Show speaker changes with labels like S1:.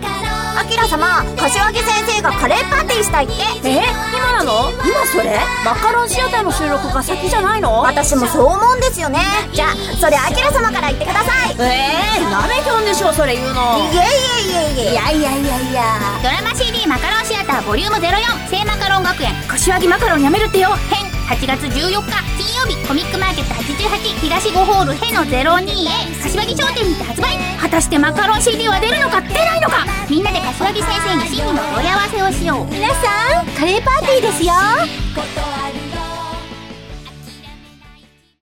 S1: アキラ様柏木先生がカレーパーティーしたいって
S2: え今なの
S1: 今それ
S2: マカロンシアターの収録が先じゃないの
S1: 私もそう思うんですよねじゃあそれアキラ様から言ってください
S2: ええー、なめきょんでしょそれ言うの
S1: いえいえいえいえいやいやいやいや
S3: ドラマ CD マカロンシアターボリューム04聖マカロン学園
S2: 柏木マカロンやめるってよ
S3: 編8月14日金曜日コミックマーケット88東5ホール編の02へ柏木商店にて発売
S2: 果たしてマカロン CD は出るのか出ないのか
S3: みんなで柏木先生に真理の問い合わせをしよう
S1: 皆さんカレーパーティーですよ